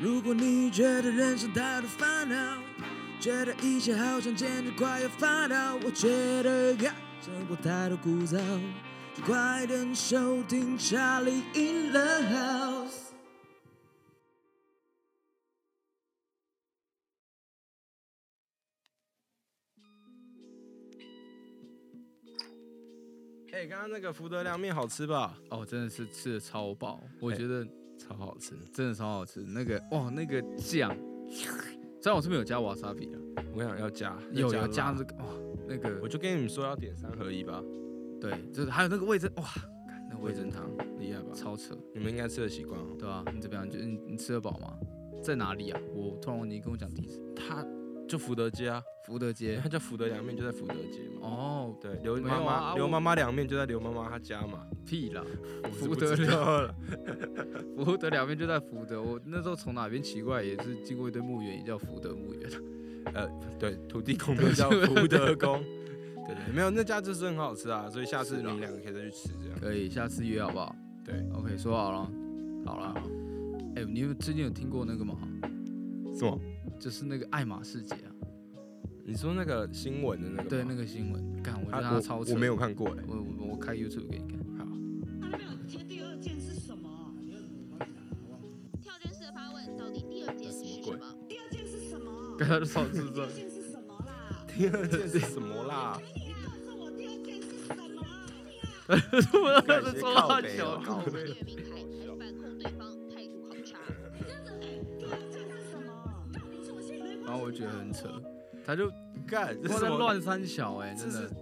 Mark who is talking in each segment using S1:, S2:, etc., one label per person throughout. S1: 如果你觉得人生太多烦恼，觉得一切好像简直快要发抖，我觉得呀，生活太多枯燥，就快点收听《查理 in the house》。
S2: 哎、刚刚那个福德凉面好吃吧？
S3: 哦，真的是吃的超饱，我
S2: 哎
S3: 觉得
S2: 超好吃，
S3: 真的超好吃。那个哇，那个酱，虽然我是没有加瓦萨比啊，
S2: 我想要加，
S3: 有
S2: 要
S3: 有加
S2: 辣
S3: 这个哇，那个
S2: 我就跟你们说要点三合一吧，
S3: 对，就是还有那个味噌哇，干那味
S2: 味
S3: 噌
S2: 噌
S3: 汤
S2: 汤厉害吧？
S3: 超扯，
S2: 你们应该吃得习惯哦。
S3: 对吧、你怎么样？你觉得你你吃得饱吗？在哪里啊？我突然忘记你跟我讲地址，
S2: 它就福德街啊，
S3: 福德街
S2: 它。叫福德凉面，就在福德街嘛。
S3: 哦，
S2: 对，刘
S3: 没
S2: 妈
S3: 有
S2: 妈、
S3: 啊
S2: 刘
S3: 我
S2: 妈妈凉面就在刘妈妈她家嘛。
S3: 屁啦，
S2: 我是
S3: 福
S2: 不
S3: 德
S2: 知
S3: 凉
S2: 道了，
S3: 福德两边就在福德。我那时候从哪边奇怪也是经过一堆墓园，也叫福德墓园。
S2: 对，土地公庙叫福德 宫。对对，没有那家就是很好吃啊，所以下次
S3: 是
S2: 你
S3: 啦
S2: 们两个可以再去吃这样。
S3: 可以，下次约好不好？
S2: 对
S3: ，OK，说好了，好了。哎、你有最近有听过那个吗？
S2: 什么？
S3: 就是那个爱马仕节啊，
S2: 你说那个新闻的那个吗？
S3: 对那个新闻，干，我觉得
S2: 他
S3: 他
S2: 我
S3: 超扯。
S2: 我没有，看过哎、
S3: 我我我开 YouTube 给你看。好，
S4: 他没有接第二件是什么？
S5: 跳针式的发问，到底第二件是呃什么？
S4: 第二件是什么？
S3: 刚才就超智
S4: 第
S3: 障
S4: 二。件是什么啦？
S2: 第二件是什么啦？
S4: 你告诉我第二件是什么？
S3: 我
S2: 感
S3: 的
S2: 觉
S3: 超
S2: 靠
S3: 大
S2: 北
S3: 小
S2: 哦
S3: 靠
S5: 攻
S3: 背。
S5: 略名牌还是反控对方态度好差？
S4: 第二件是什么？到底是我现在没关 系
S3: 然后我觉得很扯，他就
S2: 干，这
S3: 他
S2: 是
S3: 在
S2: 什么？
S3: 乱三小哎、
S2: 这
S3: 真
S2: 是
S3: 的。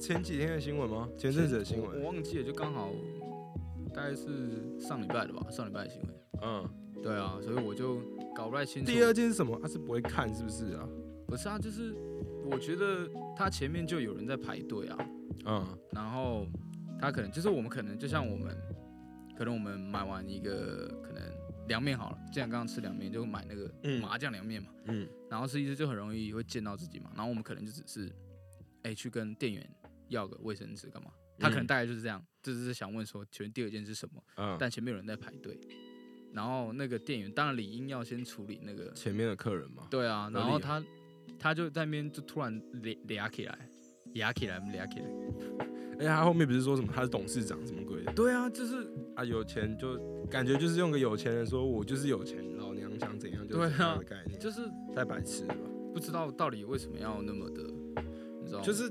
S2: 前几天的新闻吗？前阵子的新
S3: 我我
S2: 闻。
S3: 忘记了，就刚好大概是上礼拜的吧，上礼拜的新闻。
S2: 嗯，
S3: 对啊，所以我就搞不太清楚。
S2: 第二件是什么？他是不会看是不是啊？
S3: 不是啊，就是我觉得他前面就有人在排队啊，
S2: 嗯，
S3: 然后他可能就是我们可能就像我们，可能我们买完一个可能凉面好了，既然刚刚吃凉面，就买那个
S2: 嗯
S3: 麻酱凉面嘛，
S2: 嗯，
S3: 然后吃一次就很容易会见到自己嘛，然后我们可能就只是哎、去跟店员要个卫生纸干嘛，他可能
S2: 嗯
S3: 大概就是这样，就是想问说请问第二件是什么，
S2: 嗯，
S3: 但前面有人在排队，然后那个店员当然理应要先处理那个
S2: 前面的客人嘛。
S3: 对啊，然
S2: 合
S3: 后
S2: 理
S3: 他他就在那边就突然俩俩起来，俩起来，俩起来。
S2: 而且哎他后面不是说什么他是董事长什么鬼的
S3: 对啊，就是
S2: 啊？有钱就感觉就是用个有钱人说我就是有钱，老娘想怎样就怎样的概念，
S3: 就是
S2: 太白痴了吧？
S3: 不知道到底为什么要那么的，你知道吗？
S2: 就是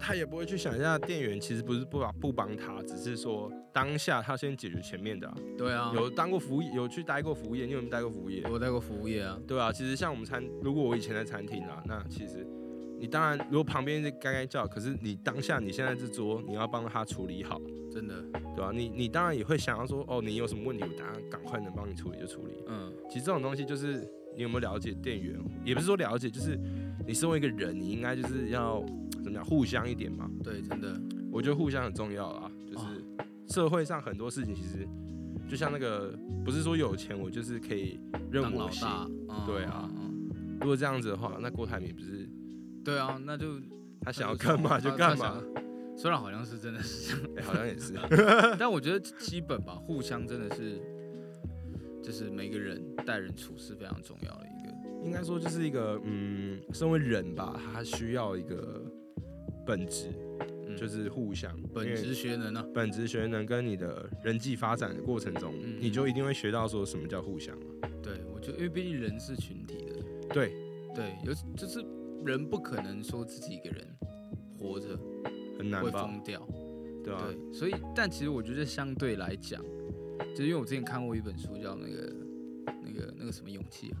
S2: 他也不会去想一下店员其实不是不把不帮他，只是说当下他先解决前面的啊、
S3: 对啊，
S2: 有当过服务业，有去待过服务业，你有没有待过服务业？
S3: 我待过服务业啊，
S2: 对啊，其实像我们餐，如果我以前在餐厅啊，那其实你当然如果旁边是该该叫，可是你当下你现在这桌你要帮他处理好，
S3: 真的，
S2: 对吧、啊你你当然也会想要说，哦，你有什么问题，我当然赶快能帮你处理就处理。
S3: 嗯，
S2: 其实这种东西就是你有没有了解店员，也不是说了解，就是你身为一个人，你应该就是要怎么样互相一点嘛。
S3: 对，真的，
S2: 我觉得互相很重要啊，
S3: 哦
S2: 就是社会上很多事情其实就像那个，不是说有钱我就是可以任
S3: 当
S2: 我
S3: 老
S2: 行，
S3: 大，嗯
S2: 对啊，
S3: 嗯
S2: 如果这样子的话，那郭台铭不是
S3: 嗯对啊，那就
S2: 他
S3: 他
S2: 想要
S3: 就
S2: 干嘛
S3: 他
S2: 就干
S3: 他
S2: 嘛，
S3: 想虽然好像是真的是这样，
S2: 哎好像也 是。
S3: 但我觉得基本吧，互相真的是，就是每个人待人处事非常重要的一个。
S2: 应该说就是一个，嗯，身为人吧，他需要一个本质，
S3: 嗯
S2: 就是互相
S3: 本
S2: 因为
S3: 职学能啊，
S2: 本质学能跟你的人际发展的过程中，
S3: 嗯
S2: 你就一定会学到说什么叫互相嘛。
S3: 对我觉得，因为毕竟人是群体的，
S2: 对，
S3: 对，有就是人不可能说自己一个人活着
S2: 很难
S3: 会
S2: 吧？
S3: 疯掉，
S2: 对啊吧、
S3: 对，所以但其实我觉得相对来讲，就是因为我之前看过一本书叫那个那个那个什么勇气啊，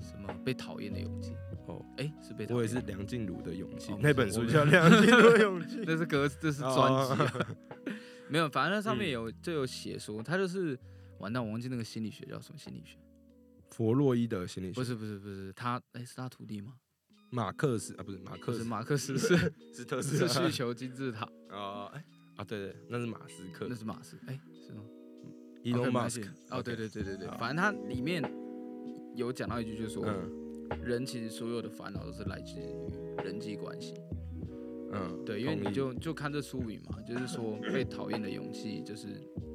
S3: 什么被讨厌的勇气，
S2: 哦，
S3: 哎、是被讨厌，
S2: 我也是梁静茹的勇气、
S3: 哦
S2: 那本书
S3: 我
S2: 叫《梁静茹的勇 气》。
S3: 那是歌，这是专辑啊、
S2: 哦
S3: 没有，反正它上
S2: 嗯
S3: 面有、就有写说，他就是完蛋，我忘记那个心理学叫什么心理学，
S2: 弗洛伊德心理
S3: 不
S2: 学，
S3: 是不是不是，他哎、是他徒弟吗？
S2: 马克思啊，不是马
S3: 不
S2: 克
S3: 是
S2: 思，
S3: 马克思是
S2: 斯特斯
S3: 是需求金字塔，
S2: 啊，哎啊，对对，那是马斯克
S3: 那是马斯哎、是吗？
S2: ，Elon
S3: OK，没关
S2: Musk
S3: 系。哦，对
S2: OK
S3: 对对对对，
S2: 好
S3: 反正它里面有讲到一句，就是说、
S2: 嗯
S3: 人其实所有的烦恼都是来自于人际关系。
S2: 嗯，
S3: 对，因为
S2: 同
S3: 你
S2: 意
S3: 就就看这书名嘛，就是说被讨厌的勇气，就是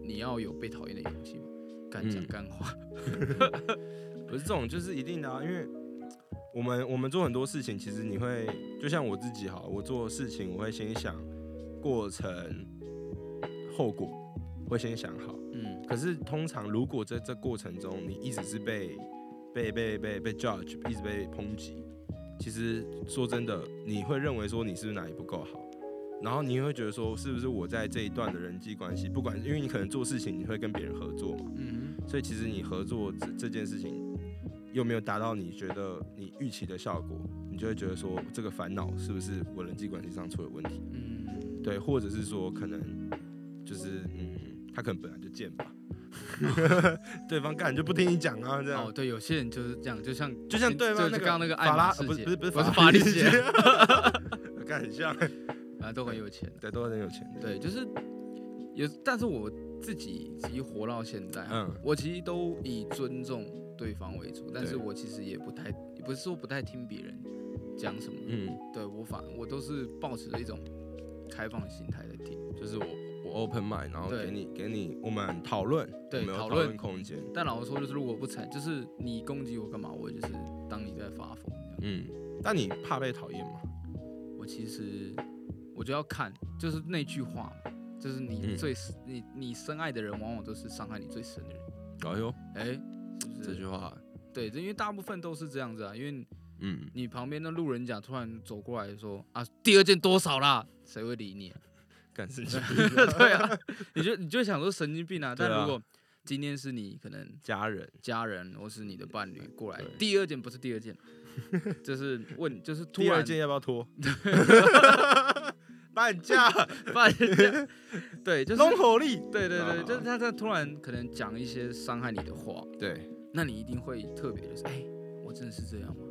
S3: 你要有被讨厌的勇气嘛。敢讲
S2: 嗯
S3: 干话，
S2: 不是这种，就是一定的啊，因为我们我们做很多事情，其实你会就像我自己好，我做事情我会先想过程、后果，会先想好。
S3: 嗯
S2: 可是通常如果在这过程中你一直是被被被被被 judge，一直被抨击，其实说真的，你会认为说你是不是哪里不够好，然后你会觉得说是不是我在这一段的人际关系，不管因为你可能做事情你会跟别人合作嘛，
S3: 嗯哼，
S2: 所以其实你合作这这件事情又没有达到你觉得你预期的效果，你就会觉得说这个烦恼是不是我人际关系上出了问题？
S3: 嗯，
S2: 对，或者是说可能就是嗯，他可能本来就贱吧， 对方干就不听你讲啊，这样、
S3: 哦，对，有些人就是这样，就像
S2: 就像对方
S3: 就
S2: 那
S3: 就刚刚那个爱
S2: 法
S3: 马
S2: 拉
S3: 仕
S2: 呃不是
S3: 姐
S2: 不是不是
S3: 我是
S2: 法
S3: 法
S2: 力
S3: 力姐，，
S2: 干很像，
S3: 啊，都很有钱。
S2: 对，都很有钱，
S3: 对，就是有，但是我自己其实活到现在，
S2: 嗯
S3: 我其实都以尊重对方为主，但是
S2: 对
S3: 我其实也不太，也不是说不太听别人讲什么，
S2: 嗯，
S3: 对我反我都是保持着一种开放的心态在听，
S2: 就是我我 open mind，然后
S3: 对
S2: 给你给你我们讨论，
S3: 对
S2: 我们有
S3: 讨
S2: 讨
S3: 论
S2: 论空间，
S3: 但老实说，就是如果不采，就是你攻击我干嘛，我就是当你在发疯这样。
S2: 嗯，但你怕被讨厌吗？
S3: 我其实我就要看，就是那句话嘛，就是你
S2: 嗯
S3: 最、你你深爱的人，往往都是伤害你最深的人，
S2: 哎呦，
S3: 哎、是不是？
S2: 这句话，
S3: 对，这因为大部分都是这样子啊，因为
S2: 嗯，
S3: 你旁边的路人甲突然走过来说啊，第二件多少啦？谁会理你、啊？
S2: 干事情，
S3: 对啊，你就你就想说神经病啊。
S2: 对
S3: 但
S2: 啊
S3: 如果今天是你可能
S2: 家人，
S3: 家人或是你的伴侣过来
S2: 对，
S3: 第二件不是第 二件，就是问就是 突
S2: 第二
S3: 然
S2: 件要不要脱？ 半价，
S3: 发现这样， 对，就是
S2: 龙火力，
S3: 对对对，
S2: 啊
S3: 就是他他突然可能讲一些伤害你的话，
S2: 对。
S3: 那你一定会特别就是哎、我真的是这样吗？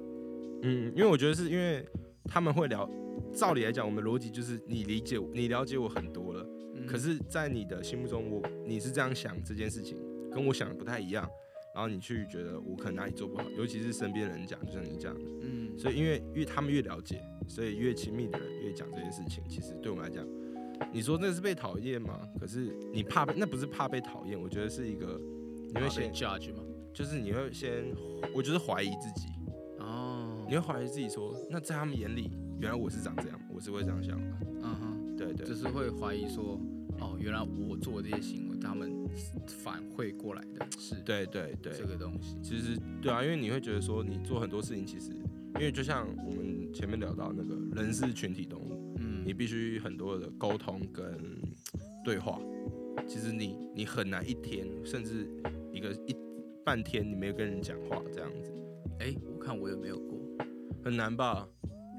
S2: 嗯，因为我觉得是因为他们会聊，照理来讲，我们逻辑就是你理解我，你了解我很多了，
S3: 嗯
S2: 可是，在你的心目中，我你是这样想这件事情，跟我想的不太一样，然后你去觉得我可能哪里做不好，尤其是身边人讲，就像你讲的，
S3: 嗯，
S2: 所以因为越他们越了解，所以越亲密的人越讲这件事情，其实对我们来讲，你说那是被讨厌吗？可是你怕被，那不是怕被讨厌，我觉得是一个，你会
S3: 怕被
S2: 先
S3: judge 吗？
S2: 就是你会先，我就是怀疑自己，
S3: 哦
S2: 你，会怀疑自己说，那在他们眼里，原来我是长这样，我是会这样想的。
S3: 嗯哼。
S2: 对对
S3: 就是会怀疑说，哦，原来我做的这些行为，他们反馈过来的是
S2: 对对对，
S3: 这个东西。
S2: 其实对啊，因为你会觉得说，你做很多事情，其实因为就像我们前面聊到那个人是群体动物，
S3: 嗯，
S2: 你必须很多的沟通跟对话。其实你你很难一天，甚至一个一半天，你没有跟人讲话这样子，
S3: 哎、我看我有没有过，
S2: 很难吧？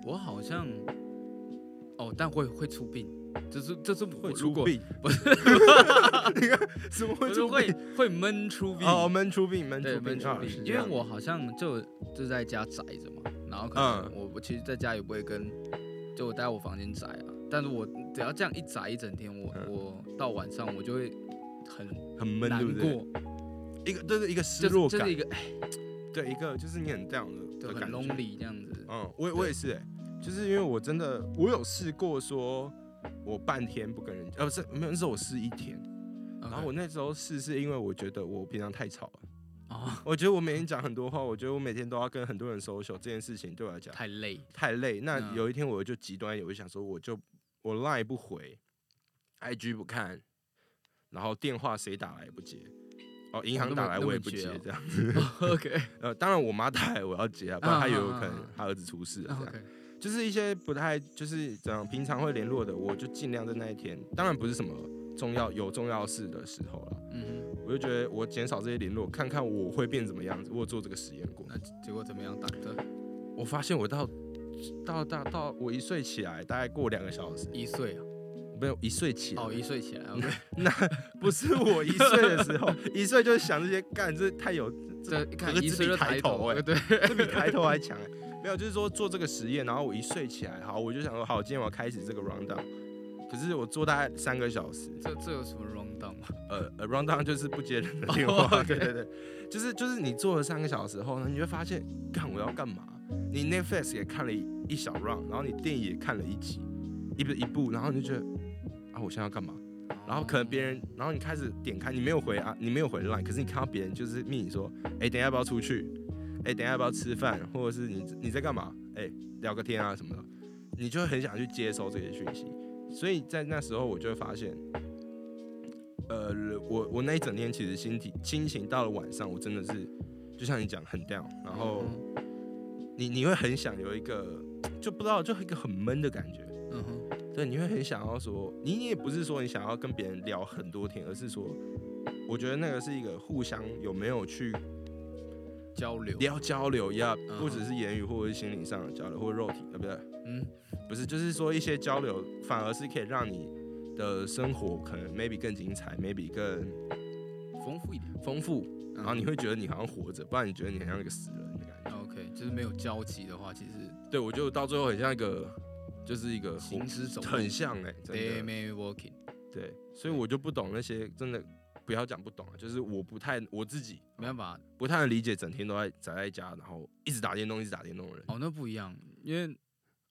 S3: 我好像，哦，但会会出病，就是就是
S2: 会
S3: 会
S2: 出，病，
S3: 不是
S2: 你看怎么
S3: 我
S2: 会
S3: 就是
S2: 出
S3: 会
S2: 病？
S3: 会闷出病，
S2: 哦，闷出病，闷
S3: 对
S2: 出
S3: 闷
S2: 病
S3: 出
S2: 啊！是这
S3: 病，因为
S2: 样
S3: 我好像就就在家宅着嘛，然后可能
S2: 嗯
S3: 我、我其实在家也不会跟，就我待在我房间宅啊，但是我只要这样一宅一整天，我、
S2: 嗯
S3: 我到晚上我就会很
S2: 很闷，
S3: 难
S2: 对不对？
S3: 过，
S2: 一个就是一个失
S3: 就是
S2: 落
S3: 就
S2: 感
S3: 是一，个
S2: 对，一个就是你很 down 的
S3: 对，
S2: 的感
S3: 很
S2: 觉。
S3: lonely 这样子。
S2: 嗯，我也我也是、欸，就是因为我真的我有试过说，我半天不跟人，呃，不是没有，那时候我试一天，
S3: 然
S2: 然后我那时候试是因为我觉得我平常太吵了，
S3: 啊、
S2: 我觉得我每天讲很多话，我觉得我每天都要跟很多人 social 这件事情对我来讲
S3: 太累，
S2: 太累。那
S3: 嗯
S2: 有一天我就极端一点，我就想说我就我 line 不回，IG 不看，然后电话谁打来也不接，哦，银
S3: 那
S2: 行
S3: 么
S2: 打来
S3: 那
S2: 我
S3: 么
S2: 也不
S3: 绝
S2: 接
S3: 哦，
S2: 这样。
S3: OK
S2: 呃，当然我妈打来我要接啊，不然
S3: 啊
S2: 她以为
S3: 啊
S2: 我
S3: 啊
S2: 可能
S3: 啊
S2: 她儿子出事了这样。
S3: OK，
S2: 就是一些不太就是怎样平常会联络的，我就尽量在那一天，当然不是什么重要有重要事的时候了，
S3: 嗯哼，
S2: 我就觉得我减少这些联络，看看我会变怎么样子。我有做这个实验过，
S3: 那结果怎么样，打的？
S2: 我发现我到到到到我一睡起来，大概过两个小时，
S3: 一岁啊，
S2: 没有一睡起来，
S3: 哦，一岁起来，OK，
S2: 不是我一睡的时候，一睡就想这些干，这太有
S3: 这一看
S2: 这个
S3: 一
S2: 只
S3: 岁
S2: 比
S3: 就
S2: 抬
S3: 抬
S2: 头
S3: 头，哎
S2: 欸
S3: 对，
S2: 这比开头还强、欸。没有，就是说做这个实验，然后我一睡起来，好，我就想说，好，今天我要开始这个 round down。可是我做大概三个小时，
S3: 这这有什么 wrong down 吗？
S2: 呃呃，round down 就是不接人的电话
S3: OK
S2: 哦对对对，就是就是你做了三个小时后呢，你会发现，干我要干嘛？你 Netflix 也看了一一小 round，然后你电影也看了一集，一步一步，然后你就觉得啊，我现在要干嘛？然后可能别人，然后你开始点开，你没有回啊，你没有回 line，可是你看到别人就是密你说，哎，等一下要不要出去？哎，等一下要不要吃饭？或者是你你在干嘛？哎，聊个天啊什么的，你就会很想去接收这些讯息。所以在那时候，我就会发现，呃，我我那一整天其实心体心情到了晚上，我真的是就像你讲很 down，然后
S3: 嗯
S2: 你你会很想有一个就不知道就一个很闷的感觉。
S3: 嗯哼，
S2: 对，你会很想要说，你你也不是说你想要跟别人聊很多天，而是说，我觉得那个是一个互相有没有去
S3: 交流，
S2: 聊交流呀
S3: 嗯，
S2: 不只是言语或者是心灵上的交流，或者肉体，呃，不对，
S3: 嗯，
S2: 不是，就是说一些交流，反而是可以让你的生活可能 maybe 更精彩，maybe 更
S3: 丰富一点。嗯
S2: 丰富，然
S3: 然
S2: 后你会觉得你好像活着，不然你觉得你很像一个死人的感觉。
S3: OK，就是没有交集的话，其实
S2: 对，我觉得我到最后很像一个，就是一个活
S3: 行尸走肉
S2: 很像哎、真的。
S3: day may working。
S2: 对，所以我就不懂那些真的不要讲不懂啊，就是我不太我自己
S3: 没办法，
S2: 不太能理解，整天都在宅在家，然后一直打电动，一直打电动的人。
S3: 哦，那不一样，因为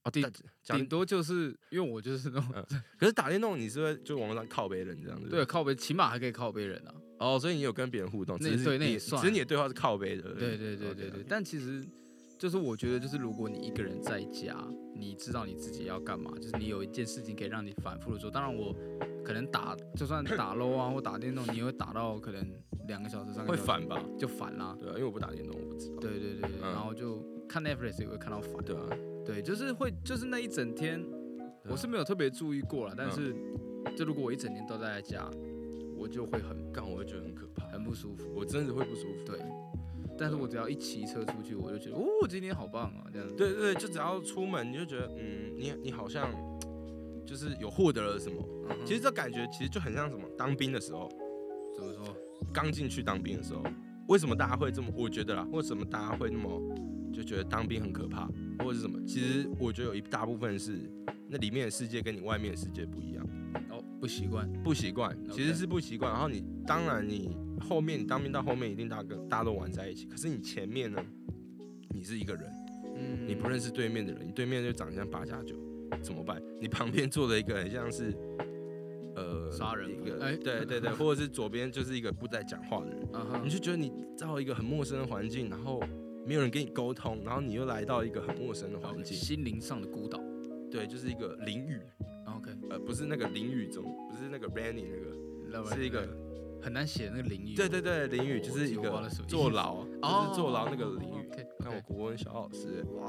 S2: 哦，
S3: 顶
S2: 但讲
S3: 顶多就是因为我就是那种
S2: 可是打电动你是会就网络上靠别人这样子。
S3: 对，靠背，起码还可以靠背人啊。
S2: 哦，所以你有跟别人互动，
S3: 那
S2: 只是
S3: 对那
S2: 你
S3: 也算
S2: 只是你的对话是靠别人。
S3: 对对对对对，
S2: 啊
S3: 但其实就是我觉得，就是如果你一个人在家，你知道你自己要干嘛，就是你有一件事情可以让你反复的做。当然，我可能打 就算打 low 啊，或打电动，你也会打到可能两个小时、三个
S2: 会
S3: 小时
S2: 反吧？
S3: 就烦啦。
S2: 对啊，因为我不打电动，我不知道。
S3: 对对对，对
S2: 嗯
S3: 然后就看 Netflix 也会看到烦。
S2: 对啊，
S3: 对，就是会，就是那一整天，
S2: 对啊
S3: 我是没有特别注意过啦，
S2: 嗯
S3: 但是就如果我一整天都待在家，我就会很
S2: 干我会觉得很可怕，
S3: 很不舒服。
S2: 我真的会不舒服。
S3: 对，但是我只要一骑车出去，我就觉得哦，今天好棒啊，这样子。
S2: 对对，对就只要出门你就觉得，嗯，你你好像就是有获得了什么。
S3: 嗯哼，
S2: 其实这感觉其实就很像什么，当兵的时候，
S3: 怎么说？
S2: 刚进去当兵的时候，为什么大家会这么？我觉得啦，为什么大家会那么就觉得当兵很可怕，或者是什么？其实我觉得有一大部分是那里面的世界跟你外面的世界不一样，
S3: 哦，不习惯。
S2: 不习惯，其实是不习惯。然后你当然你后面你当兵到后面一定大家跟大家都玩在一起，可是你前面呢，你是一个人，
S3: 嗯
S2: 你不认识对面的人，你对面就长得像八加九，怎么办？你旁边坐了一个很像是，呃，
S3: 杀人
S2: 一
S3: 犯
S2: 个，
S3: 哎
S2: 对对对，或者是左边就是一个不在讲话的人，
S3: 啊哈
S2: 你，就觉得你到一个很陌生的环境，然后没有人跟你沟通，然后你又来到一个很陌生的环境，
S3: 心灵上的孤岛。
S2: 对，就是一个淋雨，
S3: 哦 OK，
S2: 呃，不是那个淋雨中，不是那个 rainy 那
S3: 那不
S2: 个，
S3: 然
S2: 是一个，
S3: 很难写那个淋雨。
S2: 对对对，淋雨
S3: 我
S2: 就是一
S3: 我忘
S2: 个
S3: 了什么意思哦
S2: 坐牢，啊就是坐牢那个淋雨。
S3: OK，
S2: 看我国文小老师，哇，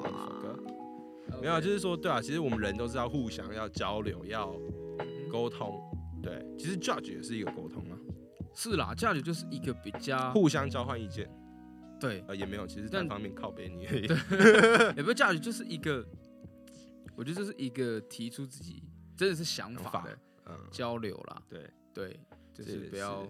S3: OK
S2: 没有，就是说，对啊，其实我们人都是要互相要交流，要
S3: 嗯
S2: 沟通，对，其实 judge 也是一个沟通啊，
S3: 是啦，嫁女就是一个比较
S2: 互相交换意见，
S3: 对，
S2: 呃，也没有，其实
S3: 啊但
S2: 单方面靠别你而已，
S3: 也不是嫁女就是一个，我觉得就是一个提出自己真的是想
S2: 想
S3: 法
S2: 法
S3: 的
S2: 嗯，
S3: 交流啦。
S2: 对，
S3: 对，就
S2: 这
S3: 是
S2: 也
S3: 不要
S2: 是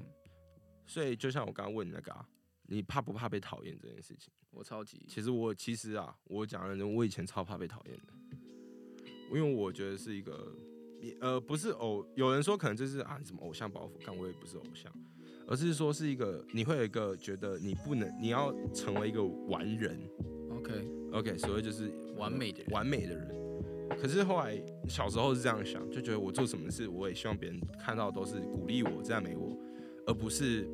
S2: 所以就像我刚刚问你那个啊，你怕不怕被讨厌这件事情，
S3: 我超级
S2: 其实我其实啊，我讲认真，我以前超怕被讨厌的，因为我觉得是一个，也呃，不是偶，有人说可能就是啊，你什么偶像包袱，但我也不是偶像，而是说是一个，你会有一个觉得你不能，你要成为一个完人，
S3: OK，
S2: OK，所谓就是
S3: 完美的人
S2: 完美的人。可是后来小时候是这样想，就觉得我做什么事，我也希望别人看到都是鼓励我、赞美我，而不是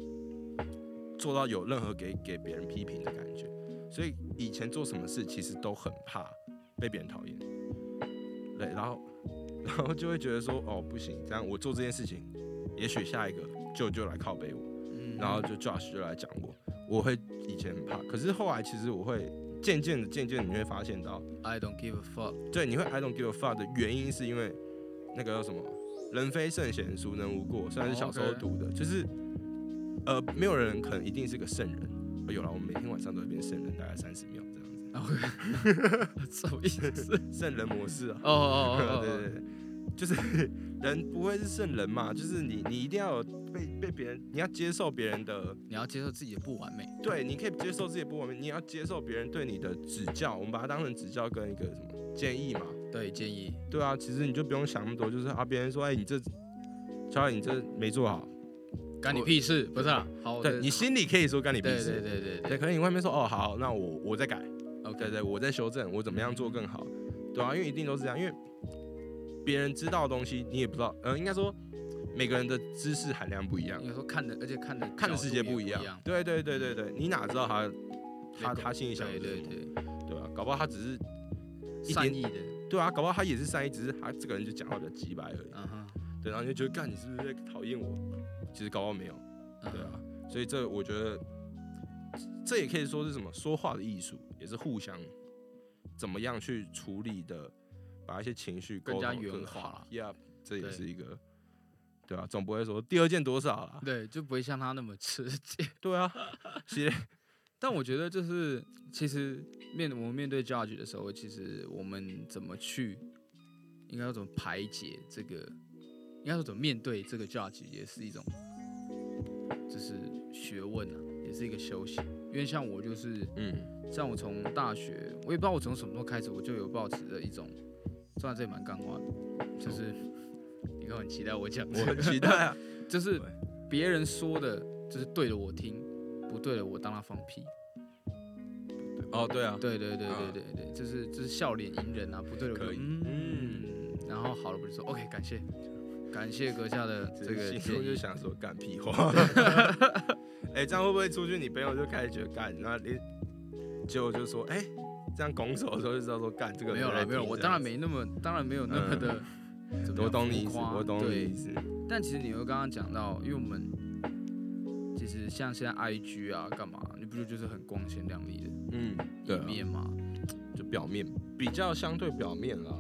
S2: 做到有任何给给别人批评的感觉。所以以前做什么事其实都很怕被别人讨厌，对，然后 然后就会觉得说，哦，不行，这样我做这件事情，也许下一个舅舅来靠背我，
S3: 嗯
S2: 然后就 Josh 就来讲我，我会以前很怕，可是后来其实我会渐渐的、渐渐地你会发现到，
S3: I don't give a fuck，
S2: 对，你会 I don't give a fuck 的原因是因为那个叫什么“人非圣贤，孰能无过”，虽然是小时候
S3: 哦 OK
S2: 读的就是呃，没有人可能一定是个圣人。呃有了，我们每天晚上都会变圣人，大概三十秒这样 子，
S3: 什么意思？
S2: 圣人模式啊。
S3: 哦哦哦，哦
S2: 对对，对，就是 人不会是圣人嘛，就是你你一定要有被被别人，你要接受别人的
S3: 你要接受自己的不完美。
S2: 对，你可以接受自己的不完美，你也要接受别人对你的指教，我们把它当成指教跟一个什么建议嘛。
S3: 对，建议
S2: 对啊，其实你就不用想那么多，就是啊，别人说，哎、你这，小李你这没做好，
S3: 干你屁事，不是啦。好，
S2: 对你
S3: 心
S2: 心里可以说干你
S3: 里
S2: 屁
S3: 哦对
S2: 事，
S3: 对对对
S2: 对，
S3: 对
S2: 可能你外面说，哦，好，那我我再改，
S3: ，OK
S2: 对对，我在修正，我怎么样做更好，对啊，因为一定都是这样，因为别人知道的东西，你也不知道。呃，应该说每个人的知识含量不一样
S3: 应，该说看的，而且看的
S2: 看的世界
S3: 角度
S2: 不
S3: 也
S2: 一
S3: 一
S2: 样。对对对对对，你哪知道他他
S3: 每个
S2: 他心里想的
S3: 对
S2: 是
S3: 对
S2: 什么？
S3: 对，
S2: 对啊，搞不好他只是一
S3: 善
S2: 点
S3: 意的，
S2: 对啊，搞不好他也是善意，只是他这个人就讲话比较鸡白而已。
S3: 嗯哼，
S2: 对，然后你就觉得干你是不是在讨厌我？其实搞不好没有。
S3: 嗯
S2: 对啊，所以这我觉得，这也可以说是什么说话的艺术，也是互相怎么样去处理的，把一些情绪
S3: 更
S2: 沟
S3: 加
S2: 通
S3: 圆
S2: 更
S3: 滑
S2: 好
S3: 啦。
S2: Yeah，这也
S3: 对
S2: 是一个，对啊，总不会说第二件多少啦。
S3: 对，就不会像他那么直接。
S2: 对啊，其实
S3: 但我觉得就是，其实面我们面对 judge 的时候，其实我们怎么去，应该要怎么排解这个，应该说怎么面对这个 judge，也是一种，就是学问啊，也是一个修行。因为像我就是，
S2: 嗯
S3: 像我从大学，我也不知道我从什么时候开始，我就有抱持着一种，虽然这也蛮干话的，就是、你看我很期待我讲
S2: 我
S3: 这个，
S2: 很期待啊。
S3: 就是别人说的，就是对的我听，不对的我当他放屁。
S2: 哦，对啊，
S3: 对对对
S2: 啊
S3: 对对对，就是就是笑脸迎人啊，不对的
S2: 可以
S3: 嗯，然后好了不就说 OK，感谢，感谢阁下的这个
S2: 心
S3: 建
S2: 中就
S3: 议。
S2: 想说干屁 话。哎、这样会不会出去？你朋友就开始觉得干，然后你就就说哎、这样拱手的时候就知道说干这个
S3: 没有
S2: 人在
S3: 了，没有，
S2: 听
S3: 我
S2: 这
S3: 当
S2: 样
S3: 然
S2: 子嗯
S3: 没那么，当然没有那么的。怎么
S2: 我
S3: 样
S2: 懂你意
S3: 浮
S2: 思，
S3: 夸
S2: 我懂你
S3: 对
S2: 意思。
S3: 但其实你又刚刚讲到，因为我们其实像现在 IG 啊，干嘛，你不就就是很光鲜亮丽的
S2: 嗯，
S3: 一面吗？
S2: 就表面比较相对表面啦。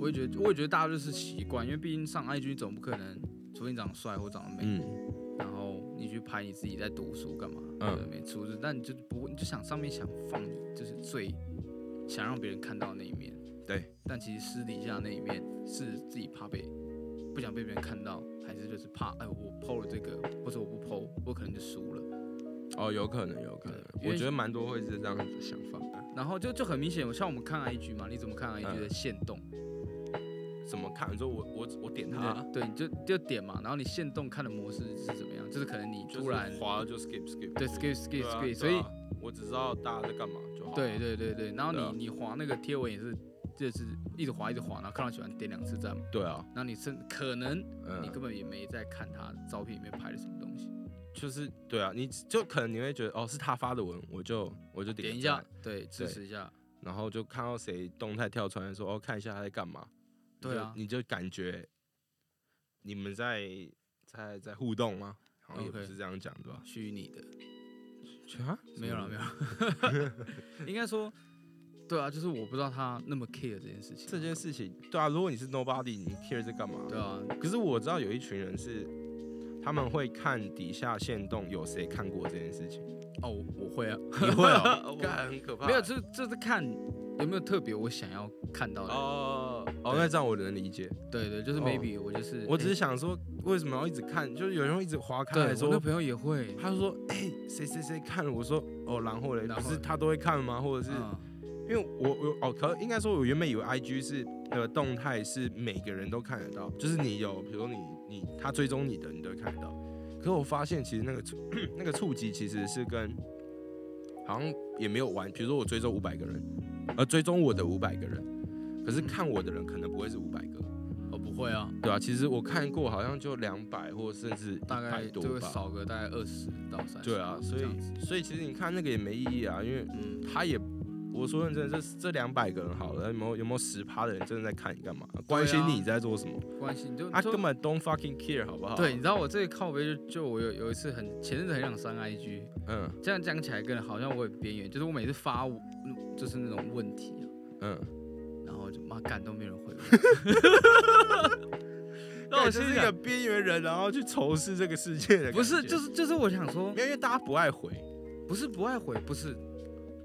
S3: 我也觉得，我也觉得大家就是习惯，因为毕竟上 IG 总不可能，除非你长得帅或长得美，
S2: 嗯，
S3: 然后你去拍你自己在读书干嘛，
S2: 嗯
S3: 嗯，没出息，但你就不会，你就想上面想放你就是最想让别人看到的那一面，
S2: 对，
S3: 但其实私底下那一面是自己怕被不想被别人看到，还是就是怕哎我 PO 了这个，或者我不 PO，我可能就输了。
S2: 哦，有可能，有可能
S3: 对，因为
S2: 我觉得蛮多会是这样子的想法。啊
S3: 然后就就很明显，像我们看 IG 嘛，你怎么看
S2: 嗯
S3: IG 的限动？
S2: 怎么看？你说我我我点它，
S3: 对，你就就点嘛，然后你限动看的模式是怎么样？就是可能你
S2: 就是
S3: 啊突然
S2: 滑了就 skip skip，
S3: 对 skip
S2: 对
S3: skip
S2: 啊
S3: skip，、
S2: 对啊
S3: 所以
S2: 我只知道大家在干嘛就好了。
S3: 对对对对，然后你、
S2: 对啊
S3: 你滑那个贴文也是就是一直滑一直滑，然后看到喜欢点两次赞嘛，
S2: 对啊，
S3: 然后你甚可能你
S2: 嗯，
S3: 根本也没在看他照片里面拍的什么东西，
S2: 就是对啊，你就可能你会觉得哦是他发的文，我就我就
S3: 点
S2: 点
S3: 一
S2: 赞
S3: 下，对支持一下，
S2: 然后就看到谁动态跳出来说哦看一下他在干嘛，你
S3: 对
S2: 就
S3: 啊
S2: 你就感觉你们在在在互动吗？好像也不
S3: OK
S2: 是这样讲对吧？
S3: 虚拟的
S2: 啊，
S3: 没有了没有，了， 应该说对啊，就是我不知道他那么 care 这件事情，
S2: 这件事情，对啊，如果你是 nobody，你 care 这干嘛？
S3: 对啊，
S2: 可是我知道有一群人是，他们会看底下线动有谁看过这件事情，
S3: 哦我我会啊，
S2: 你会哦
S3: 我，
S2: 干很可怕欸。
S3: 没有这这是看有没有特别我想要看到的，
S2: 哦哦，
S3: 对
S2: 那这样我能理解。
S3: 对对，就是
S2: 哦
S3: maybe、我就是
S2: 我只是
S3: 哎
S2: 想说，为什么要一直看？就是有人会一直划开
S3: 对
S2: 来
S3: 我那
S2: 说，
S3: 朋友也会。
S2: 他就说，哎，谁谁谁看了？我说，哦，然后嘞，不
S3: 然后
S2: 是
S3: 嘞
S2: 他都会看吗？或者是
S3: 嗯
S2: 因为我我哦，可应该说，我原本以为 I G 是那个动态是每个人都看得到，就是你有，比如说你你他追踪你的，你都会看得到。可我发现其实那个触 那个触及其实是跟好像也没有完，比如说我追踪五百个人，而追踪我的五百个人，可是
S3: 嗯
S2: 看我的人可能不会是五百个，
S3: 哦，不会啊，
S2: 对啊，其实我看过好像就两百或甚至
S3: 大概
S2: 100
S3: 就
S2: 多
S3: 会
S2: 吧。
S3: 少个大概二十到三十。
S2: 对啊，所
S3: 这样子
S2: 以所以其实你看那个也没意义啊，因为
S3: 嗯，
S2: 他也，我说认真的，这这两百个人好了，有没有有没有十趴的人真的在看你干嘛？关心你在做什么？
S3: 关系你就
S2: 他、
S3: 就
S2: 根本 don't fucking care，好不好？
S3: 对，你，知道我这个靠背就就我有有一次很前阵子很想删 IG，
S2: 嗯
S3: 这样讲起来更好像我很边缘，就是我每次发我就是那种问题啊，
S2: 嗯，
S3: 然后就妈干都没有人回我，
S2: 那
S3: 那
S2: 我
S3: 我
S2: 是
S3: 心
S2: 一
S3: 里
S2: 个
S3: 想
S2: 边缘人，然后去仇视这个世界的感觉，
S3: 不是就是是就是我想说
S2: 没，有，因为大家不爱回，
S3: 不是不爱回，不是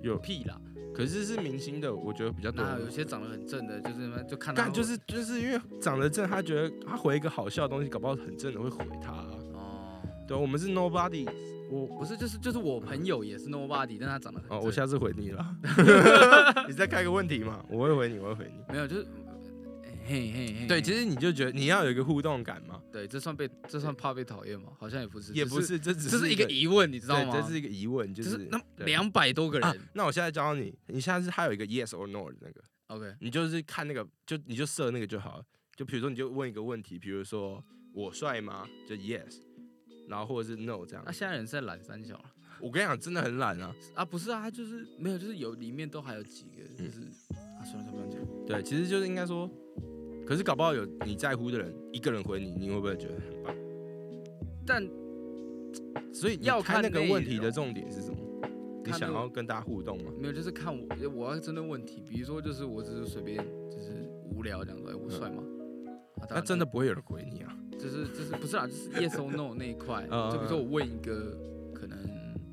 S2: 有
S3: 屁啦，
S2: 可是是明星的，我觉得比较多。
S3: 那有些长得很正的，就是他妈就看他
S2: 干就是就是因为长得正，他觉得他回一个好笑的东西，搞不好很正的会回他、啊
S3: 哦，
S2: 对，我们是 nobody，我
S3: 不是就是就是我朋友也是 nobody，但他长得很
S2: 哦，
S3: 正
S2: 我下次回你 了。你再开个问题嘛，我会回你，我会回你。
S3: 没有就是嘿嘿嘿，
S2: 对，
S3: 嘿
S2: 其实你就觉得你要有一个互动感嘛，
S3: 对，这算被这算怕被讨厌吗？好像也不是，
S2: 也
S3: 只
S2: 不是，这只
S3: 这是一个疑问，你知道
S2: 对
S3: 吗？
S2: 这是一个疑问，就
S3: 就是是那
S2: 对
S3: 两百多个人、
S2: 啊。那我现在教你，你下次还有一个 yes or no 的那个，
S3: o k
S2: 你就是看那个，就你就设那个就好了。就比如说你就问一个问题，比如说我帅吗？就 yes，然后或者是 no 这样
S3: 那、。现在人是在懒三小了
S2: 我跟你讲，真的很懒啊。
S3: 啊？不是啊，他就是没有，就是有里面都还有几个，就
S2: 嗯
S3: 是、啊，算了算了，不用讲。
S2: 对，其实就是应该说，可是搞不好有你在乎的人，一个人回你，你会不会觉得很棒？
S3: 但
S2: 所以你
S3: 要
S2: 看那
S3: 看
S2: 个
S3: 内
S2: 问题
S3: 容
S2: 的重点是什么？你
S3: 看
S2: 想
S3: 那个
S2: 要跟大家互动吗？
S3: 没有，就是看我我要针对问题，比如说就是我只是随便就是无聊这样说，哎，我帅吗？啊当
S2: 嗯那
S3: 然
S2: 真的不会有人回你啊。
S3: 就是就是不是啦，就是 yes or no 那一块，
S2: 嗯
S3: 就比如说我问一个可能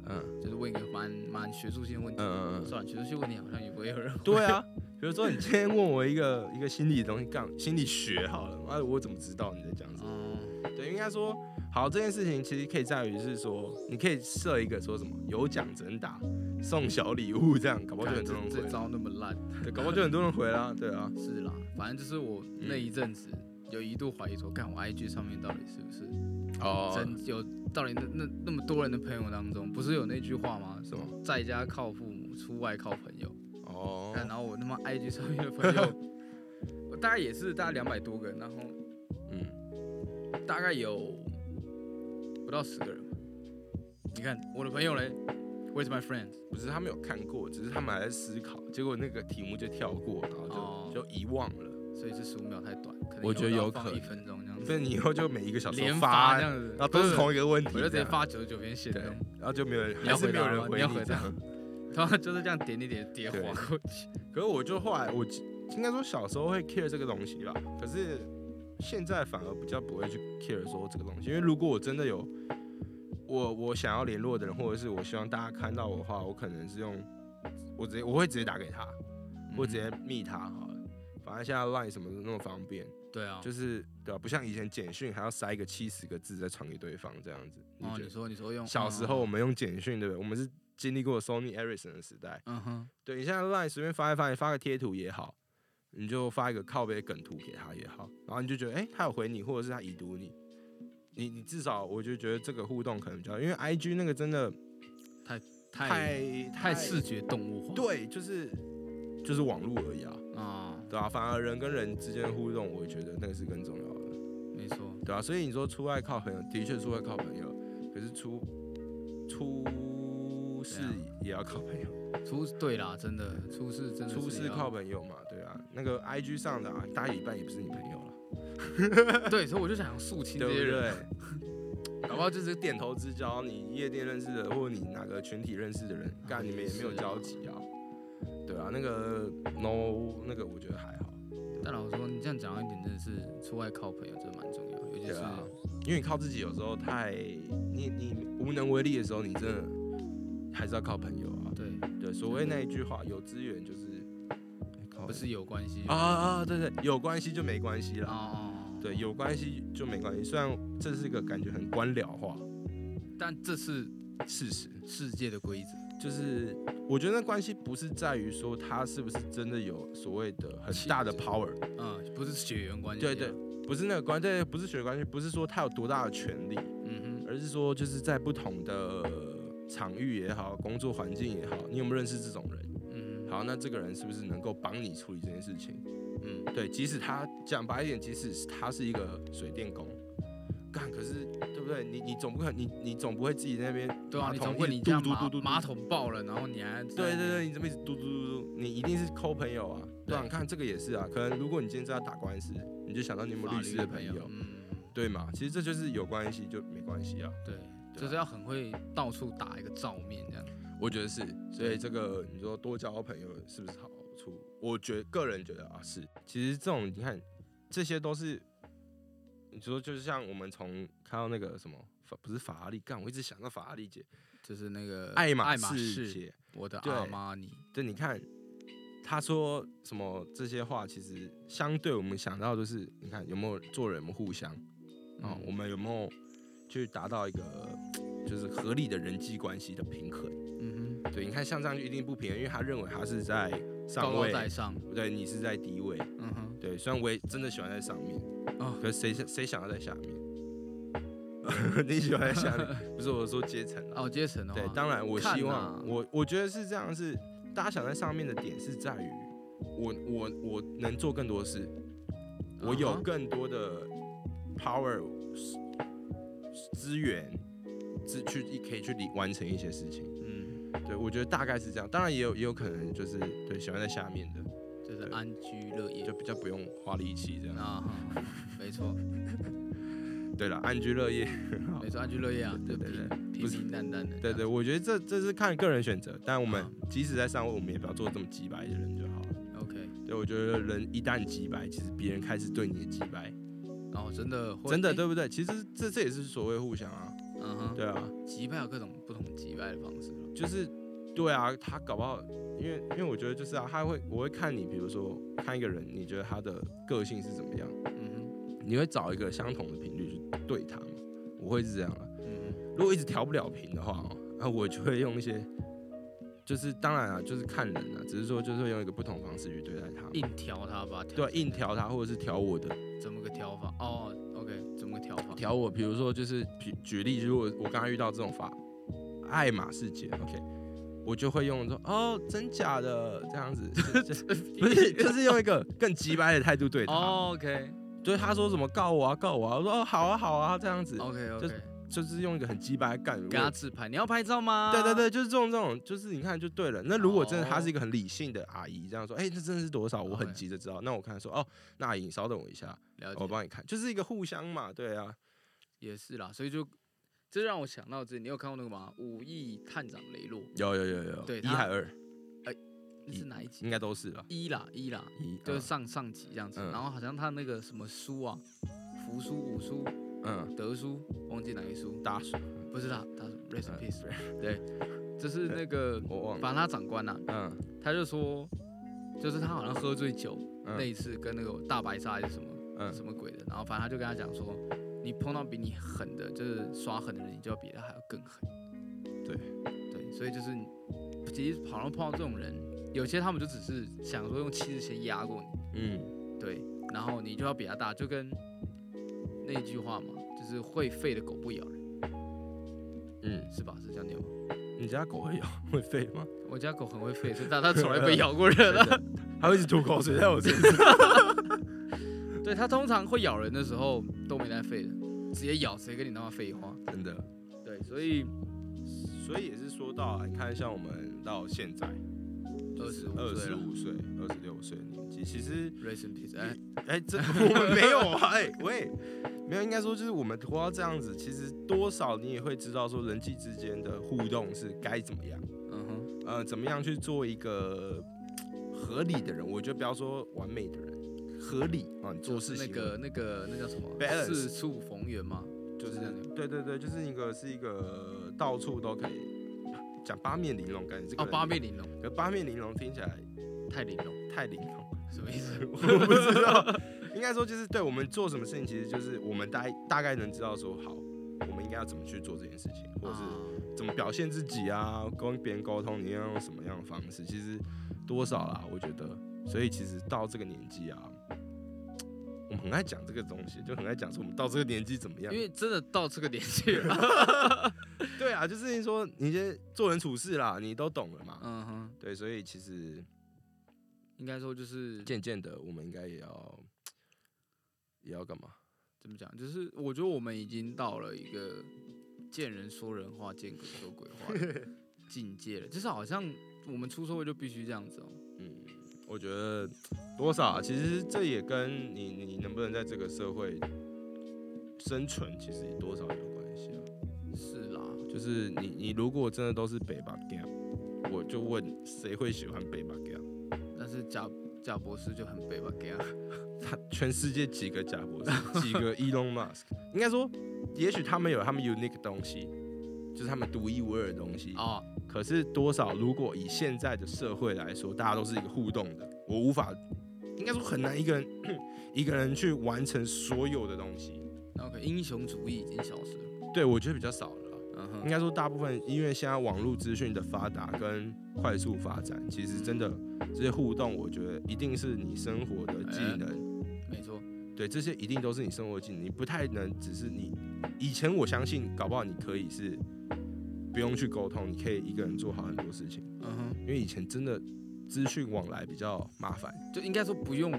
S2: 嗯
S3: 就是问一个蛮蛮学术性的问题，
S2: 嗯嗯嗯，
S3: 算了，学术性问题好像也不会有人
S2: 对啊。比如说你今天问我一个一个心理的东西，干心理学好了，妈的，我怎么知道你在讲什么？
S3: 嗯，
S2: 对，应该说好这件事情，其实可以在于是说，你可以设一个说什么有奖征答、送小礼物这样，搞不好就
S3: 看
S2: 很多人
S3: 这这
S2: 回，
S3: 招那么烂，
S2: 对，搞不好就很多人回啦，对啊，
S3: 是啦，反正就是我
S2: 嗯
S3: 那一阵子有一度怀疑说，看我 IG 上面到底是不是
S2: 哦
S3: 真有，到底那那那么多人的朋友当中，不是有那句话吗？
S2: 什么？
S3: 在家靠父母，出外靠朋友。
S2: 哦，
S3: 看，然后我他妈 IG 上面的朋 友，我大概也是大概两百多个，然后
S2: 嗯，
S3: 大概有不到十个人吧。你看我的朋友嘞，Where's my friends？
S2: 不是他们有看过，只是他们还在思考，结果那个题目就跳过，然后就、
S3: 哦
S2: 就遗忘了。
S3: 所以这十五秒太短，可能
S2: 我觉得
S3: 要
S2: 有
S3: 放
S2: 可
S3: 一
S2: 能
S3: 分钟这样
S2: 所
S3: 子，
S2: 以你以后就每一个小时
S3: 连
S2: 发
S3: 这，样子，
S2: 然后都是同一个问题，
S3: 我就直
S2: 这
S3: 接
S2: 样，
S3: 发九十九篇线
S2: 对
S3: 动，，
S2: 然后就没有人，
S3: 你要
S2: 还是
S3: 回
S2: 没有
S3: 答吗
S2: 人
S3: 你
S2: 回
S3: 要
S2: 你
S3: 回
S2: 这
S3: 答
S2: 样。
S3: 然后就是这样点一点点划过去。
S2: 可是我就后来我应该说小时候会 care 这个东西吧，可是现在反而比较不会去 care 说这个东西，因为如果我真的有我我想要联络的人，或者是我希望大家看到我的话，我可能是用我直接我会直接打给他，
S3: 嗯
S2: 或直接密他好了。反正现在 Line 什么的那么方便，
S3: 对啊，就
S2: 就是对吧、不像以前简讯还要塞个七十个字再传给对方这样子。你
S3: 哦，
S2: 觉
S3: 你
S2: 得？
S3: 说你说用哦
S2: 小时候我，们用简讯对不对？我们是经历过 Sony Ericsson 的时代。
S3: 嗯嗯哼，
S2: 对你现在 Line 随便发一发，你发个贴图也好，你就发一个靠背梗图给他也好，然后你就觉得哎、诶他有回你，或者是他已读你，你你至少我就觉得这个互动可能比较好，因为 IG 那个真的
S3: 太
S2: 太
S3: 太视觉动物化，
S2: 对，就是就是网络而已啊，
S3: 啊，
S2: 对啊，反而人跟人之间的互动，我觉得那个是更重要的，
S3: 没错，
S2: 对啊，所以你说出外靠朋友，的确出外靠朋友，可是出出事
S3: 怎样
S2: 也要靠朋友。
S3: 出对啦，真的出事啊真的
S2: 出
S3: 是
S2: 事
S3: 要
S2: 靠朋友嘛，对啊，那个 IG 上的啊，大一半也不是你朋友了，
S3: 对，所以我就想肃清
S2: 对
S3: 这
S2: 不
S3: 些人，
S2: 对？
S3: 搞不好就是
S2: 点头之交，你夜店认识的，或者你哪个群体认识的人，干你们也没有交集啊，对啊，那个 no 那个我觉得还好，
S3: 但老实说，你这样讲到一点，真的是出外靠朋友，真的蛮重要，尤其
S2: 对
S3: 是
S2: 啊，因为你靠自己有时候太你你无能为力的时候，你真的还是要靠朋友啊，
S3: 对，
S2: 对，所谓那一句话，有资源就是靠
S3: 不是有关系
S2: 啊啊，对对，有关系就没关系
S3: 哦
S2: 啦。
S3: 哦，
S2: 对，有关系就没关系。虽然这是一个感觉很官僚化
S3: 但这是
S2: 事实，
S3: 世界的规则，
S2: 就是我觉得那关系不是在于说他是不是真的有所谓的很大的
S3: 气质
S2: power，
S3: 嗯，不是血缘关系，
S2: 对对，不是那个关，对，不是血缘关系，不是说他有多大的权利，
S3: 嗯
S2: 而是说就是在不同的场域也好，工作环境也好，你有没有认识这种人？
S3: 哼，嗯哼，
S2: 好，那这个人是不是能够帮你处理这件事情？
S3: 嗯，
S2: 对，即使他讲白一点，即使是他是一个水电工，干可是对不对？你你总不可你你总不会自己在那边
S3: 对啊，
S2: 马
S3: 你
S2: 桶
S3: 总
S2: 一
S3: 会
S2: 直
S3: 你
S2: 嘟
S3: 家
S2: 嘟
S3: 马
S2: 嘟嘟嘟
S3: 马桶爆了，然后你还
S2: 对对对，你这么一直嘟嘟嘟嘟，你一定是抠朋友啊。对啊，
S3: 对
S2: 你看这个也是啊，可能如果你今天真的要打官司，你就想到你有没有
S3: 法
S2: 律
S3: 律
S2: 师
S3: 啊的
S2: 的
S3: 朋
S2: 朋友，
S3: 嗯，
S2: 对嘛？其实这就是有关系就没关系啊，
S3: 对，
S2: 对
S3: 就是
S2: 啊
S3: 要很会到处打一个照面这样，
S2: 我觉得是。所以这个你说多交朋友是不是好处？我觉个人觉得啊是。其实这种你看，这些都是你说就是像我们从看到那个什么法不是法拉利干，我一直想到法拉利姐
S3: 就是那个
S2: 爱马
S3: 呃爱马
S2: 仕
S3: 仕，
S2: 姐，
S3: 我的
S2: 对
S3: 阿玛尼，
S2: 对，你看，他说什么这些话，其实相对我们想到就是，你看有没有做人有没有互相啊、
S3: 嗯
S2: 我们有没有去达到一个就是合理的人际关系的平衡？
S3: 嗯哼，
S2: 对，你看像这样就一定不平衡，因为他认为他是在
S3: 高
S2: 上
S3: 高
S2: 位，
S3: 在上，
S2: 对，你是在低位。
S3: 嗯哼，
S2: 对，虽然我也真的喜欢在上面，
S3: 哦，
S2: 可是谁谁想要在下面？ 你喜欢在下面？ 不是我说阶层啊。
S3: 哦，杰森的话，
S2: 对，当然我
S3: 看
S2: 希望、
S3: 啊
S2: 我我觉得是这样是，大家想在上面的点是在于我我我能做更多事，我有
S3: 嗯哼
S2: 更多的 power 资源，资去可以去理完成一些事情。
S3: 嗯，
S2: 对，我觉得大概是这样。当然也有也有可能就是对喜欢在下面的，
S3: 就是
S2: 对
S3: 安居乐业
S2: 就比较不用花力气这样。
S3: 啊，哈没错，
S2: 对了，安居乐业，
S3: 没错，安居乐业啊，
S2: 对
S3: 就
S2: 对对
S3: 平
S2: 不
S3: 平
S2: 是
S3: 平淡淡的，
S2: 对对，，我觉得这这是看个人选择。但我们
S3: 啊
S2: 即使在上位，我们也不要做这么鸡白的人就好了。
S3: ，OK，
S2: 对，我觉得人一旦鸡白，其实别人开始对你的鸡白，
S3: 然后真的会
S2: 真的
S3: 哎
S2: 对不对？其实这这也是所谓互相啊。
S3: 嗯哼，
S2: 对啊，
S3: 击败有各种不同击败的方式了。
S2: 就是对啊，他搞不好，因为因为我觉得就是啊，他会我会看你，比如说看一个人，你觉得他的个性是怎么样，
S3: 嗯
S2: 你会找一个相同的频率去对他嘛？我会是这样啊。
S3: 哼，嗯哼，
S2: 如果一直调不了频的话哦，那我就会用一些，就是当然啊，就是看人啊，只是说就是会用一个不同方式去对待他嘛，
S3: 硬调他吧，
S2: 对
S3: 调
S2: 啊、硬调他或者是调我的
S3: 怎么个调法？哦，OK，怎么个调法？
S2: 调我，比如说就是举举例，如果我刚刚遇到这种法，爱马仕姐，OK，我就会用说哦，真假的这样 子，不是，就是用一个更急掰的态度对他，
S3: 哦，OK
S2: 就是他说什么告我啊告我啊，我说哦好啊好啊这样子，
S3: OK
S2: 就
S3: OK，
S2: 是就是用一个很急掰的干，
S3: 给哦他自拍，你要拍照吗？
S2: 对对对，就是这种这种，就是你看就对了。那如果真的她是一个很理性的阿姨，这样说，哎、那真的是多少？我很
S3: OK
S2: 急着知道。那我看说，哦，那阿姨你稍等我一下，
S3: 了
S2: 我
S3: 解，
S2: 帮你看，就是一个互相嘛，对啊，
S3: 也是啦，所以就这让我想到这，你有看过那个吗？《武义探长雷洛》
S2: 有有有有，
S3: 对
S2: 一
S3: 她
S2: 还二
S3: 那
S2: 一
S3: 是哪一集？
S2: 应该都是吧，
S3: 一啦一啦，
S2: 一
S3: 就是上上集这样子。
S2: 嗯
S3: 然后好像他那个什么书啊，福书、武书、
S2: 嗯
S3: 德书，忘记哪个书，
S2: 大叔，
S3: 不知道，他 rest in
S2: 嗯
S3: peace，对，就是那个
S2: 我忘了，
S3: 反正他长官呐、
S2: 嗯
S3: 他就说，就是他好像喝醉酒、那
S2: 嗯
S3: 一次跟那个大白鲨还是什么、
S2: 嗯
S3: 什么鬼的，然后反正他就跟他讲说，你碰到比你狠的，就是耍狠的人，你就要比他还要更狠。
S2: 对
S3: 对，所以就是你其实好像碰到这种人，有些他们就只是想说用气势先压过你，
S2: 嗯，
S3: 对，然后你就要比他大，就跟那句话嘛，就是会吠的狗不咬人，
S2: 嗯，
S3: 是吧？是这样念吗？
S2: 你家狗会咬会吠吗？
S3: 我家狗很会吠，所以它它从来 被咬过人啊。
S2: 它会一直吐口水在我身上，
S3: 对，它通常会咬人的时候都没在吠的，直接咬，谁跟你他妈废话？
S2: 真的。
S3: 对，所以
S2: 所以也是说到啊，你看像我们到现在
S3: 25
S2: 二
S3: 岁
S2: 十
S3: 了
S2: 五岁、二十六岁的年纪，其实。
S3: rest in peace，哎，
S2: 哎，这我们没有啊，哎、喂，没有，应该说就是我们活到这样子，其实多少你也会知道说人际之间的互动是该怎么样，
S3: 嗯哼，
S2: 呃，怎么样去做一个嘖合理的人，我觉得不要说完美的人，合理啊，你做
S3: 就
S2: 事
S3: 是那
S2: 情
S3: 个那个那叫什么
S2: Balance
S3: 四处逢源嘛，
S2: 就是
S3: 这样的
S2: 对对对，就是一个是一个到处都可以讲八面玲珑，感觉这个
S3: 哦，
S2: 人
S3: 八面玲珑，
S2: 可八面玲珑听起来
S3: 太玲珑，
S2: 太玲珑。
S3: 什么意思？
S2: 我不知道，应该说就是对我们做什么事情，其实就是我们大大概能知道说好，我们应该要怎么去做这件事情，或者是
S3: 啊
S2: 怎么表现自己啊，跟别人沟通，你要用什么样的方式，其实多少啦，我觉得，所以其实到这个年纪啊，我们很爱讲这个东西，就很爱讲说我们到这个年纪怎么样
S3: 因，为真的到这个年纪了，
S2: 对啊，就是说你这做人处事啦，你都懂了嘛，
S3: 嗯哼，
S2: 对，所以其实
S3: 应该说就是
S2: 渐渐的，我们应该也要也要干嘛？
S3: 怎么讲，就是我觉得我们已经到了一个见人说人话，见鬼说鬼话的境界了，就是好像我们出社会就必须这样子哦。
S2: 嗯，我觉得多少、啊，其实这也跟你你能不能在这个社会生存，其实也多少有关系啊。
S3: 是啦，
S2: 就是你你如果真的都是北巴 g 我就问谁会喜欢北巴 g
S3: 但是贾贾博士就很被吧给啊，
S2: 他全世界几个贾博士，几个 Elon Musk，应该说，也许他们有他们 unique 的东西，就是他们独一无二的东西。
S3: 哦，
S2: 可是多少，如果以现在的社会来说，大家都是一个互动的，我无法，应该说很难一个人 一个人去完成所有的东西。
S3: 那 OK，英雄主义已经消失了，
S2: 对我觉得比较少了啦，
S3: 嗯
S2: 应
S3: 哼，
S2: 该说大部分因为现在网络资讯的发达跟快速发展，其实真的这些互动，我觉得一定是你生活的技能，
S3: 没错，
S2: 对这些一定都是你生活技能，你不太能只是你以前我相信，搞不好你可以是不用去沟通，你可以一个人做好很多事情。
S3: 嗯哼，
S2: 因为以前真的资讯往来比较麻烦，
S3: 就应该说不用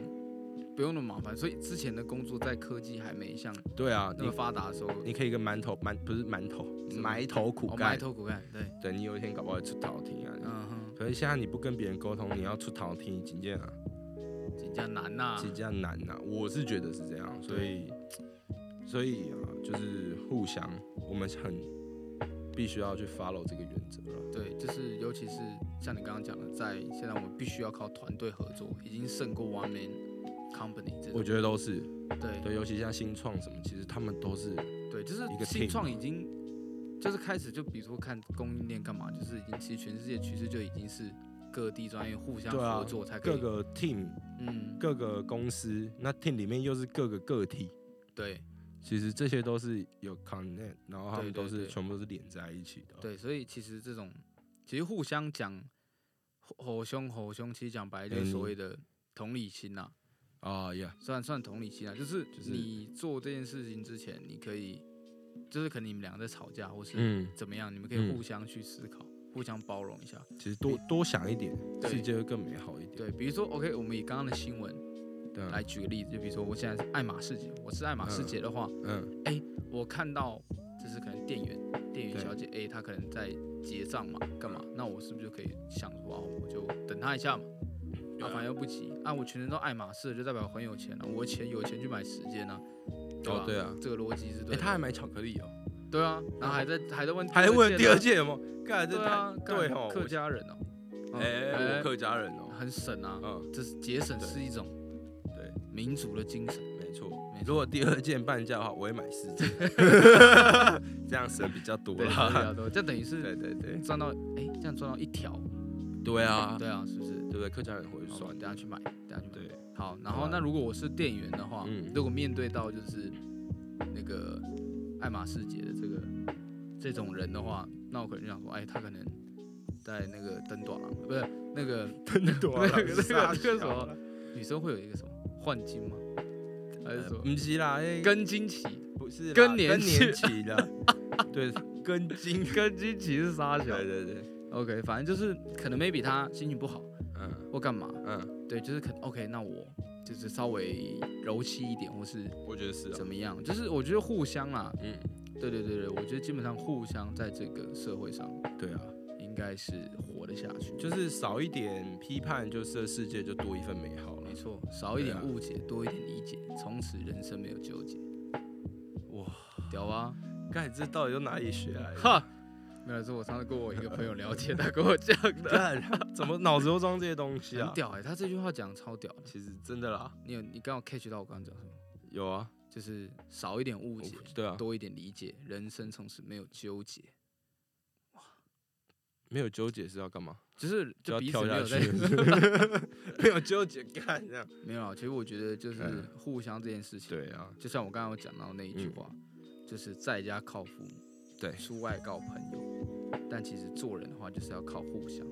S3: 不用那么麻烦。所以之前的工作在科技还没像
S2: 对啊，
S3: 那
S2: 你
S3: 么发达的时候，
S2: 你可以跟馒头馒不是馒头
S3: 什么
S2: 埋头苦
S3: 哦埋
S2: 干，
S3: 头苦干，对，
S2: 对你有一天搞不好会出逃题啊。
S3: 嗯哼，
S2: 可是现在你不跟别人沟通，你要出逃题，紧接啊，
S3: 比较难呐、
S2: 紧接难呐、我是觉得是这样，所以所以啊，就是互相，我们很必须要去 follow 这个原则啊了。
S3: 对，就是尤其是像你刚刚讲的，在现在我们必须要靠团队合作，已经胜过 one man company 这
S2: 我
S3: 种。
S2: 觉得都是
S3: 对
S2: 对，尤其像新创什么，其实他们都是
S3: 对，就是
S2: 一个
S3: 新
S2: team
S3: 创已经就是开始，就比如说看供应链干嘛，就是已经其实全世界趋势就已经是各地专业互相
S2: 对啊
S3: 合作才
S2: 各
S3: 可以。
S2: 个 team
S3: 嗯，
S2: 各个公司，那 team 里面又是各个个体，
S3: 对
S2: 其实这些都是有 connect，然后他们
S3: 对对
S2: 都是
S3: 对
S2: 全部都是连在一起的。
S3: 对，所以其实这种其实互相讲吼凶吼凶，其实讲白了就
S2: 哎
S3: 是
S2: 你
S3: 所谓的同理心呐、
S2: 啊呀，
S3: 虽然算同理心啊，就是
S2: 就是
S3: 你做这件事情之前，你可以就是可能你们两个在吵架，或是
S2: 嗯，
S3: 怎么样，你们可以
S2: 嗯
S3: 互相去思考，互相包容一下。
S2: 其实多多想一点，
S3: 对
S2: 世界会更美好一点。
S3: 对，比如说 OK，我们以刚刚的新闻
S2: 对啊，
S3: 来举个例子，就比如说我现在是爱马仕姐，我是爱马仕姐的话，
S2: 嗯，
S3: 我看到就是可能店员店员
S2: 对
S3: 小姐 A 她可能在结账嘛，干嘛？那我是不是就可以想说啊，我就等她一下嘛，啊
S2: 对啊
S3: 反正又不急啊，我全身都爱马仕，就代表我很有钱了、我有钱有钱去买时间啊。对
S2: 哦
S3: 吧
S2: 对啊，
S3: 这个逻辑是对
S2: 哎，
S3: 的。
S2: 他还买巧克力哦，
S3: 对啊，然后还在还在问
S2: 还问第二
S3: 件
S2: 件有没有？干
S3: 啊，
S2: 这
S3: 对啊
S2: 太，
S3: 干
S2: 对哦，
S3: 客
S2: 我
S3: 家人哦，嗯
S2: 哎，我客家人哦，
S3: 很省啊，
S2: 嗯，
S3: 这是节省
S2: 对
S3: 是一种
S2: 对
S3: 民族的精神，
S2: 没错
S3: 没错。
S2: 如果第二件半价的话，我会买四 件，这样省比较多
S3: 对
S2: 啦。
S3: 啊，对啊，这等于
S2: 对
S3: 是
S2: 对对，
S3: 赚到哎，这样赚到一条，
S2: 对啊，
S3: 对啊，哦是不是？
S2: 对不对？客家人会
S3: 好
S2: 算
S3: 等
S2: 的
S3: 下，去买，等下去买。
S2: 对，
S3: 好，然后
S2: 对啊
S3: 那如果我是店员的话
S2: 嗯，
S3: 如果面对到就是那个爱马仕姐的这个这种人的话，那我可能就想说，哎，他可能在那个登短廊，不是 那个
S2: 真多
S3: 啊那个那个那个什么，女生会有一个什么换金吗？还是说
S2: 不是啦，哎
S3: 跟金期？
S2: 不是啦
S3: 更年
S2: 更
S3: 期
S2: 年期 的，对，跟金，
S3: 跟金期是啥
S2: 对对对，
S3: ？OK，反正就是可能 maybe 他心情不好
S2: 嗯
S3: 或干嘛，
S2: 嗯，
S3: 对，就是可 OK，那我就是稍微柔气一点，或是
S2: 我觉得是啊
S3: 怎，么样，就是我觉得互相啦，
S2: 嗯，
S3: 对对对对，我觉得基本上互相在这个社会上
S2: 对啊，
S3: 应该是活得下去，
S2: 就是少一点批判，就是这世界就多一份美好了
S3: 没。错，少一
S2: 对
S3: 点
S2: 啊
S3: 误解，多一点理解，从此人生没有纠结，
S2: 哇，
S3: 屌啊！
S2: 干，这到底由哪里学来的？
S3: 哈，没有，是我上次跟我一个朋友聊天，他跟我讲 的，
S2: 干，怎么脑子都装这些东西
S3: 很
S2: 啊？
S3: 屌哎、他这句话讲得超屌的。
S2: 其实真的啦，
S3: 你有你刚好 catch 到我刚刚讲什么？
S2: 有啊，
S3: 就是少一点误解，
S2: 对啊，
S3: 多一点理解，人生从此没有纠结，
S2: 没有纠结是要干嘛？
S3: 就是
S2: 就
S3: 就
S2: 要
S3: 彼此
S2: 跳
S3: 没
S2: 下
S3: 有在
S2: 去， 没有纠结干这样。
S3: 没有啊。其实我觉得就是
S2: 嗯
S3: 互相这件事情，
S2: 对啊，
S3: 就像我刚刚有讲到那一句
S2: 嗯
S3: 话，就是在家靠父母，
S2: 对，
S3: 出外靠朋友，但其实做人的话就是要靠互相，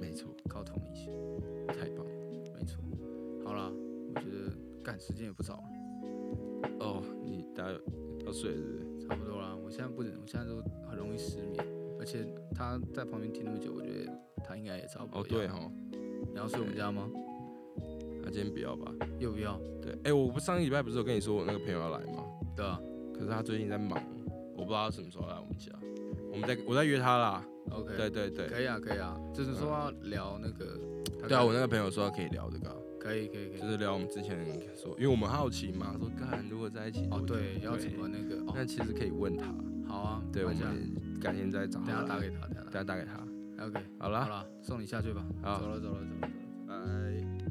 S2: 没错，
S3: 靠同理心，
S2: 太棒了。
S3: 没错。好啦，我觉得赶时间也不早了，
S2: 哦，你大家要睡了是不是？
S3: 差不多啦。我现在不能，我现在都很容易失眠，而且他在旁边听那么久，我觉得他应该也差不多。
S2: 哦，对，哈，
S3: 你要睡我们家吗？
S2: 那今天不要吧。
S3: 要不要？
S2: 对，哎、我不上个礼拜不是有跟你说我那个朋友要来吗？
S3: 对啊
S2: 可是他最近在忙，我不知道他什么时候来我们家。我们在我在约他啦。
S3: ，OK，
S2: 对对对，
S3: 可以啊，可以啊，就是说要聊那个，
S2: 对啊，我那个朋友说他可以聊这个啊、
S3: 可以可以可
S2: 就
S3: 以，
S2: 是聊我们之前说，因为我们好奇嘛，说干如果在一起
S3: 哦
S2: 多久
S3: 对，要怎么那个
S2: 那
S3: 哦，
S2: 其实可以问他。
S3: 好啊，
S2: 对，我
S3: 那这样
S2: 们改天再找
S3: 等
S2: 他
S3: 下
S2: 来。
S3: 打给他，等下打
S2: 等下打给他。
S3: 给他，OK，
S2: 好
S3: 好
S2: 啦，
S3: 了，送你下去吧，
S2: 好
S3: 走了走了走了。走了
S2: 拜。